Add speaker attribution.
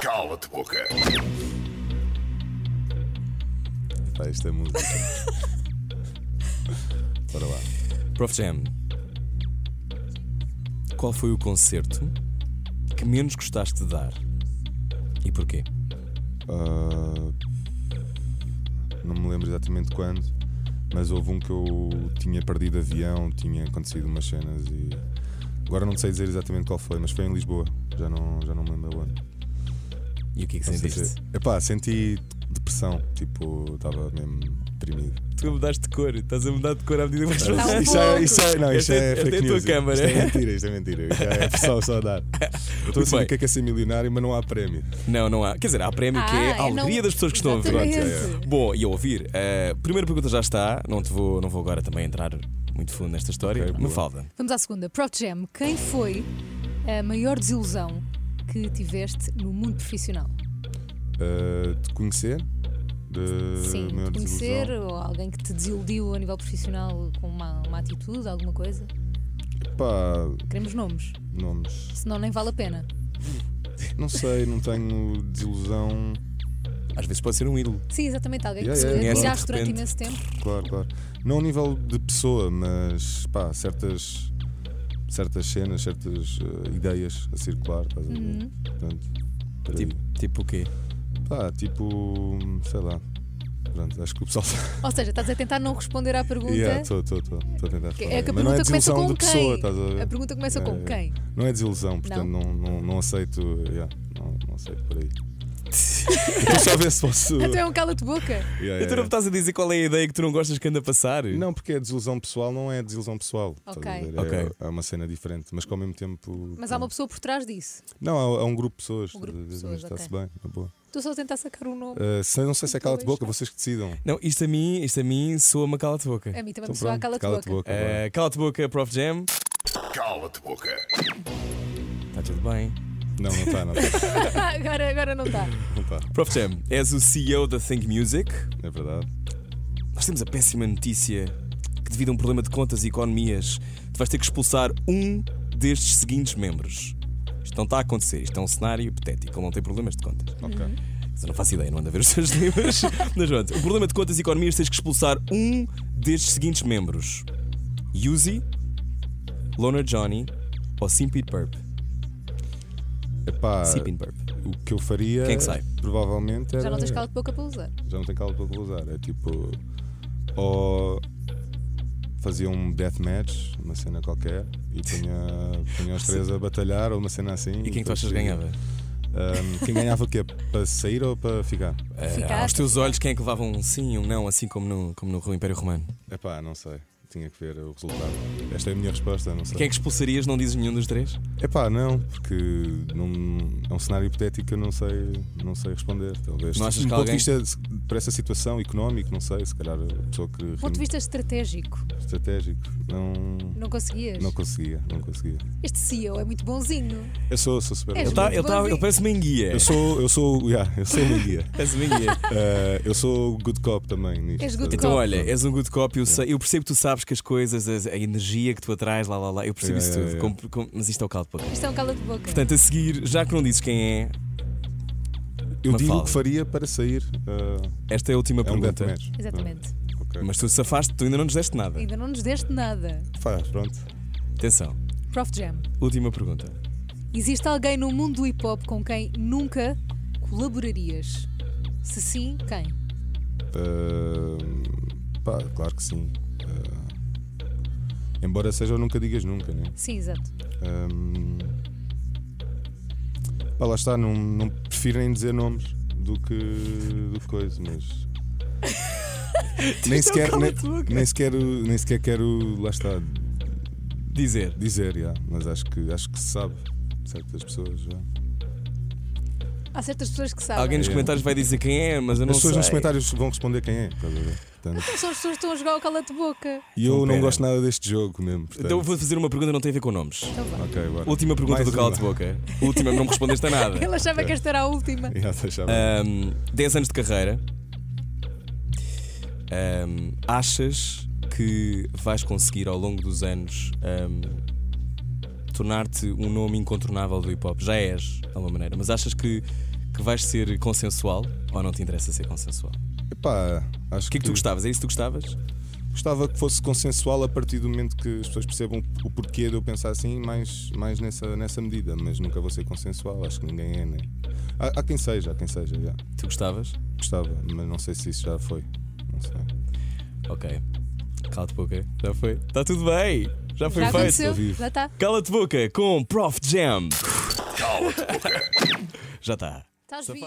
Speaker 1: Cala-te boca.
Speaker 2: Pá, é esta música. Bora lá.
Speaker 3: Prof Jam, qual foi o concerto que menos gostaste de dar e porquê?
Speaker 2: Ah, não me lembro exatamente quando, mas houve um que eu tinha perdido avião, tinha acontecido umas cenas e. Agora não sei dizer exatamente qual foi, mas foi em Lisboa. Já não, já não me lembro onde.
Speaker 3: E o que é que
Speaker 2: Não sei
Speaker 3: sentiste?
Speaker 2: se- Epá, senti depressão. Tipo, estava mesmo deprimido.
Speaker 3: Tu mudaste de cor, estás a mudar de cor à medida que
Speaker 4: Tá um
Speaker 3: vais
Speaker 2: Isto- isto é,
Speaker 3: falar.
Speaker 2: isto é, não, isto
Speaker 3: Esta-
Speaker 2: é
Speaker 3: esta
Speaker 2: fake
Speaker 3: é a tua
Speaker 2: news.
Speaker 3: câmara.
Speaker 2: Isto é mentira, isto é mentira. Isto é pressão só a dar. Estou a
Speaker 3: Muito
Speaker 2: dizer
Speaker 3: bem.
Speaker 2: o que é que é ser milionário, mas não há prémio.
Speaker 3: Não, não há. Quer dizer, há prémio que é
Speaker 4: Ah,
Speaker 3: a
Speaker 4: eu não-
Speaker 3: alegria das pessoas que estão a ouvir.
Speaker 4: Exatamente.
Speaker 3: é. Bom, e a ouvir, a primeira pergunta já está, não, te vou, não vou agora também entrar muito fundo nesta história.
Speaker 2: Ok, boa.
Speaker 3: Me falta.
Speaker 4: Vamos à segunda. Prof Jam, quem foi a maior desilusão que tiveste no mundo profissional?
Speaker 2: Uh, de conhecer, de
Speaker 4: Sim,
Speaker 2: Eh, maior
Speaker 4: de conhecer
Speaker 2: desilusão.
Speaker 4: ou alguém que te desiludiu a nível profissional com uma, uma atitude, alguma coisa?
Speaker 2: Pá,
Speaker 4: Queremos nomes,
Speaker 2: nomes.
Speaker 4: senão nem vale a pena.
Speaker 2: Não sei, não tenho desilusão.
Speaker 3: Às vezes pode ser um ídolo.
Speaker 4: Sim, exatamente, alguém que
Speaker 2: Yeah,
Speaker 4: te
Speaker 2: yeah,
Speaker 3: yeah.
Speaker 4: admiraste
Speaker 3: De
Speaker 4: durante
Speaker 3: repente.
Speaker 4: imenso tempo.
Speaker 2: Claro, claro. Não a nível de pessoa, mas pá, certas. Certas cenas, certas uh, ideias a circular, estás a ver?
Speaker 4: Uhum.
Speaker 2: Portanto, por aí.
Speaker 3: Tipo, tipo o quê?
Speaker 2: Pá, tipo, sei lá. Pronto, acho que o pessoal sabe.
Speaker 4: Ou seja, estás a tentar não responder à pergunta.
Speaker 2: Estou a tentar
Speaker 4: Que-
Speaker 2: responder.
Speaker 4: é que a
Speaker 2: Mas não é
Speaker 4: pergunta começa
Speaker 2: desilusão
Speaker 4: com
Speaker 2: de
Speaker 4: quem?
Speaker 2: pessoa, estás a ver?
Speaker 4: A pergunta começa com
Speaker 2: É.
Speaker 4: quem?
Speaker 2: Não é desilusão, portanto não, não, não aceito. yeah, não, não aceito por aí. Estou só a ver se posso.
Speaker 4: Então é um cala-te-boca.
Speaker 2: Yeah,
Speaker 3: Tu
Speaker 2: yeah,
Speaker 3: não me
Speaker 2: yeah.
Speaker 3: estás a dizer qual é a ideia que tu não gostas que anda a passar?
Speaker 2: Não, porque é desilusão pessoal, não é desilusão pessoal. estás a
Speaker 4: Ok.
Speaker 2: ver? É,
Speaker 3: Ok.
Speaker 2: é uma cena diferente, mas que ao mesmo tempo.
Speaker 4: Mas há uma pessoa por trás disso.
Speaker 2: Não, há, há um grupo de pessoas.
Speaker 4: Um grupo de
Speaker 2: estás a ver?
Speaker 4: pessoas,
Speaker 2: Está-se
Speaker 4: ok.
Speaker 2: bem, na boa.
Speaker 4: Estou só a tentar sacar um nome.
Speaker 2: Ah, sei- não sei se é cala de boca, vocês que decidam.
Speaker 3: Não, isto a mim, isto a mim soa-me a cala-te boca.
Speaker 4: É A mim também
Speaker 2: Então
Speaker 4: me soa a
Speaker 2: pronto, cala-te boca.
Speaker 4: cala-te-boca.
Speaker 2: vá.
Speaker 3: Eh, cala-te boca, Prof Jam.
Speaker 1: Cala-te boca.
Speaker 3: Está tudo bem.
Speaker 2: Não, não está, não tá. está.
Speaker 4: agora, agora não está.
Speaker 2: Não está.
Speaker 3: Prof Jam, és o CEO da Think Music.
Speaker 2: É verdade.
Speaker 3: Nós temos a péssima notícia que, devido a um problema de contas e economias, tu vais ter que expulsar um destes seguintes membros. Isto não está a acontecer, isto é um cenário hipotético, ele não tem problemas de contas.
Speaker 2: Ok.
Speaker 4: Uhum.
Speaker 3: Eu não faço ideia, não ando a ver os seus livros. Mas pronto, o problema de contas e economias tens que expulsar um destes seguintes membros: Yuzi, Loner Johnny ou Simpid Burp.
Speaker 2: Epá,
Speaker 3: Simpid Burp.
Speaker 2: o que eu faria.
Speaker 3: Quem é que sai?
Speaker 2: Provavelmente era.
Speaker 4: Já não tens cala-te-boca para usar.
Speaker 2: já não tem calo para usar. É tipo. Ou fazia um deathmatch, uma cena qualquer, e punha, punha os três a batalhar, ou uma cena assim.
Speaker 3: E quem é que tu achas que ganhava?
Speaker 2: Ahm, quem ganhava o quê? Para sair ou para ficar?
Speaker 3: Eh,
Speaker 4: Ficar.
Speaker 3: aos teus olhos, quem é que levava um sim, um não, assim como no, como no Império Romano?
Speaker 2: Epá, não sei. Tinha que ver o resultado. Esta é a minha resposta, não sei.
Speaker 3: Quem é que expulsarias? Não dizes nenhum dos três?
Speaker 2: Epá, não, porque não- é um cenário hipotético que eu não sei, não sei responder. Talvez. Um
Speaker 3: Não achas
Speaker 2: do
Speaker 3: que
Speaker 2: ponto
Speaker 3: alguém-
Speaker 2: de vista de- é para essa situação económico, não sei, se calhar a pessoa que
Speaker 4: Do ponto de vista estratégico,
Speaker 2: estratégico, não,
Speaker 4: não conseguias?
Speaker 2: não conseguia, não conseguia.
Speaker 4: Este CEO é muito bonzinho.
Speaker 2: Eu sou, sou super.
Speaker 4: És
Speaker 3: Ele,
Speaker 4: um-
Speaker 2: eu,
Speaker 3: tá,
Speaker 4: muito
Speaker 3: ele, tá,
Speaker 4: bonzinho.
Speaker 3: ele parece-me em guia.
Speaker 2: eu sou, eu sou, yeah, eu sou um guia.
Speaker 3: Parece-me em guia.
Speaker 2: Eh, eu sou good cop também nisto. Eh,
Speaker 4: És good
Speaker 3: Então,
Speaker 4: Cop.
Speaker 3: olha, és um good cop. Eu, sei- eu percebo que tu sabes que as coisas, as- a energia que tu atrais, lá lá lá, eu percebo
Speaker 2: Yeah,
Speaker 3: isso tudo.
Speaker 2: yeah,
Speaker 3: Como- como- mas isto é o caldo para
Speaker 4: Isto é um cala-te-boca.
Speaker 3: Portanto, a seguir, já que não dizes quem é,
Speaker 2: Eu digo
Speaker 3: Mafalda.
Speaker 2: o que faria para sair. eh,
Speaker 3: esta é a última
Speaker 2: é um
Speaker 3: pergunta.
Speaker 2: deathmatch.
Speaker 4: Exatamente.
Speaker 3: Ah,
Speaker 2: Ok.
Speaker 3: mas tu safaste, tu ainda não nos deste nada.
Speaker 4: Ainda não nos deste nada.
Speaker 2: Faz, pronto.
Speaker 3: Atenção,
Speaker 4: Prof Jam,
Speaker 3: última pergunta.
Speaker 4: existe alguém no mundo do hip-hop com quem nunca colaborarias? Se sim, quem?
Speaker 2: Eh, pá, claro que sim. Eh, embora seja, eu nunca digas nunca, né?
Speaker 4: Sim, exato.
Speaker 2: Hum, pá, lá está, não, não prefiro nem dizer nomes do que, do que coisa, mas.
Speaker 3: Então
Speaker 2: nem, sequer, nem, nem sequer, nem sequer quero, lá está,
Speaker 3: Dizer.
Speaker 2: dizer, já, mas acho que, acho que se sabe, certas pessoas já.
Speaker 4: Há certas pessoas que sabem.
Speaker 3: Alguém nos
Speaker 2: É.
Speaker 3: comentários vai dizer quem é, mas eu não
Speaker 2: As pessoas
Speaker 3: sei.
Speaker 2: nos comentários vão responder quem é, estás a ver? Portanto,
Speaker 4: São as pessoas que estão a jogar o cala-te-boca.
Speaker 2: e eu
Speaker 3: Então,
Speaker 2: não
Speaker 3: pera.
Speaker 2: gosto nada deste jogo mesmo. Portanto,
Speaker 3: Então, eu vou fazer uma pergunta que não tem a ver com nomes.
Speaker 4: Então vá.
Speaker 2: Ok, bora.
Speaker 3: Última pergunta
Speaker 2: Mais
Speaker 3: do caldo de
Speaker 2: uma.
Speaker 3: boca. Última, não me respondeste a nada.
Speaker 4: Ele achava que esta era a última.
Speaker 2: Já deixava.
Speaker 3: Ahm, 10 anos de carreira. Ahm, achas que vais conseguir ao longo dos anos ahm, tornar-te um nome incontornável do hip hop? Já és, de alguma maneira, mas achas que, que vais ser consensual ou não te interessa ser consensual? O
Speaker 2: Epá, acho
Speaker 3: que é que tu gostavas? É isso que tu gostavas?
Speaker 2: Gostava que fosse consensual a partir do momento que as pessoas percebam o porquê de eu pensar assim, mais, mais nessa, nessa medida, mas nunca vou ser consensual, acho que ninguém é, né? Há, há quem seja, há quem seja, já.
Speaker 3: Tu gostavas?
Speaker 2: Gostava, mas não sei se isso já foi. Não sei.
Speaker 3: Ok. Cala-te boca. Já foi. Está tudo bem. Já foi
Speaker 4: Já
Speaker 3: feito.
Speaker 4: aconteceu?
Speaker 2: vivo.
Speaker 4: Já está.
Speaker 3: Cala-te boca com Prof Jam.
Speaker 1: Cala-te boca.
Speaker 3: Já tá. está.
Speaker 4: Estás vivo.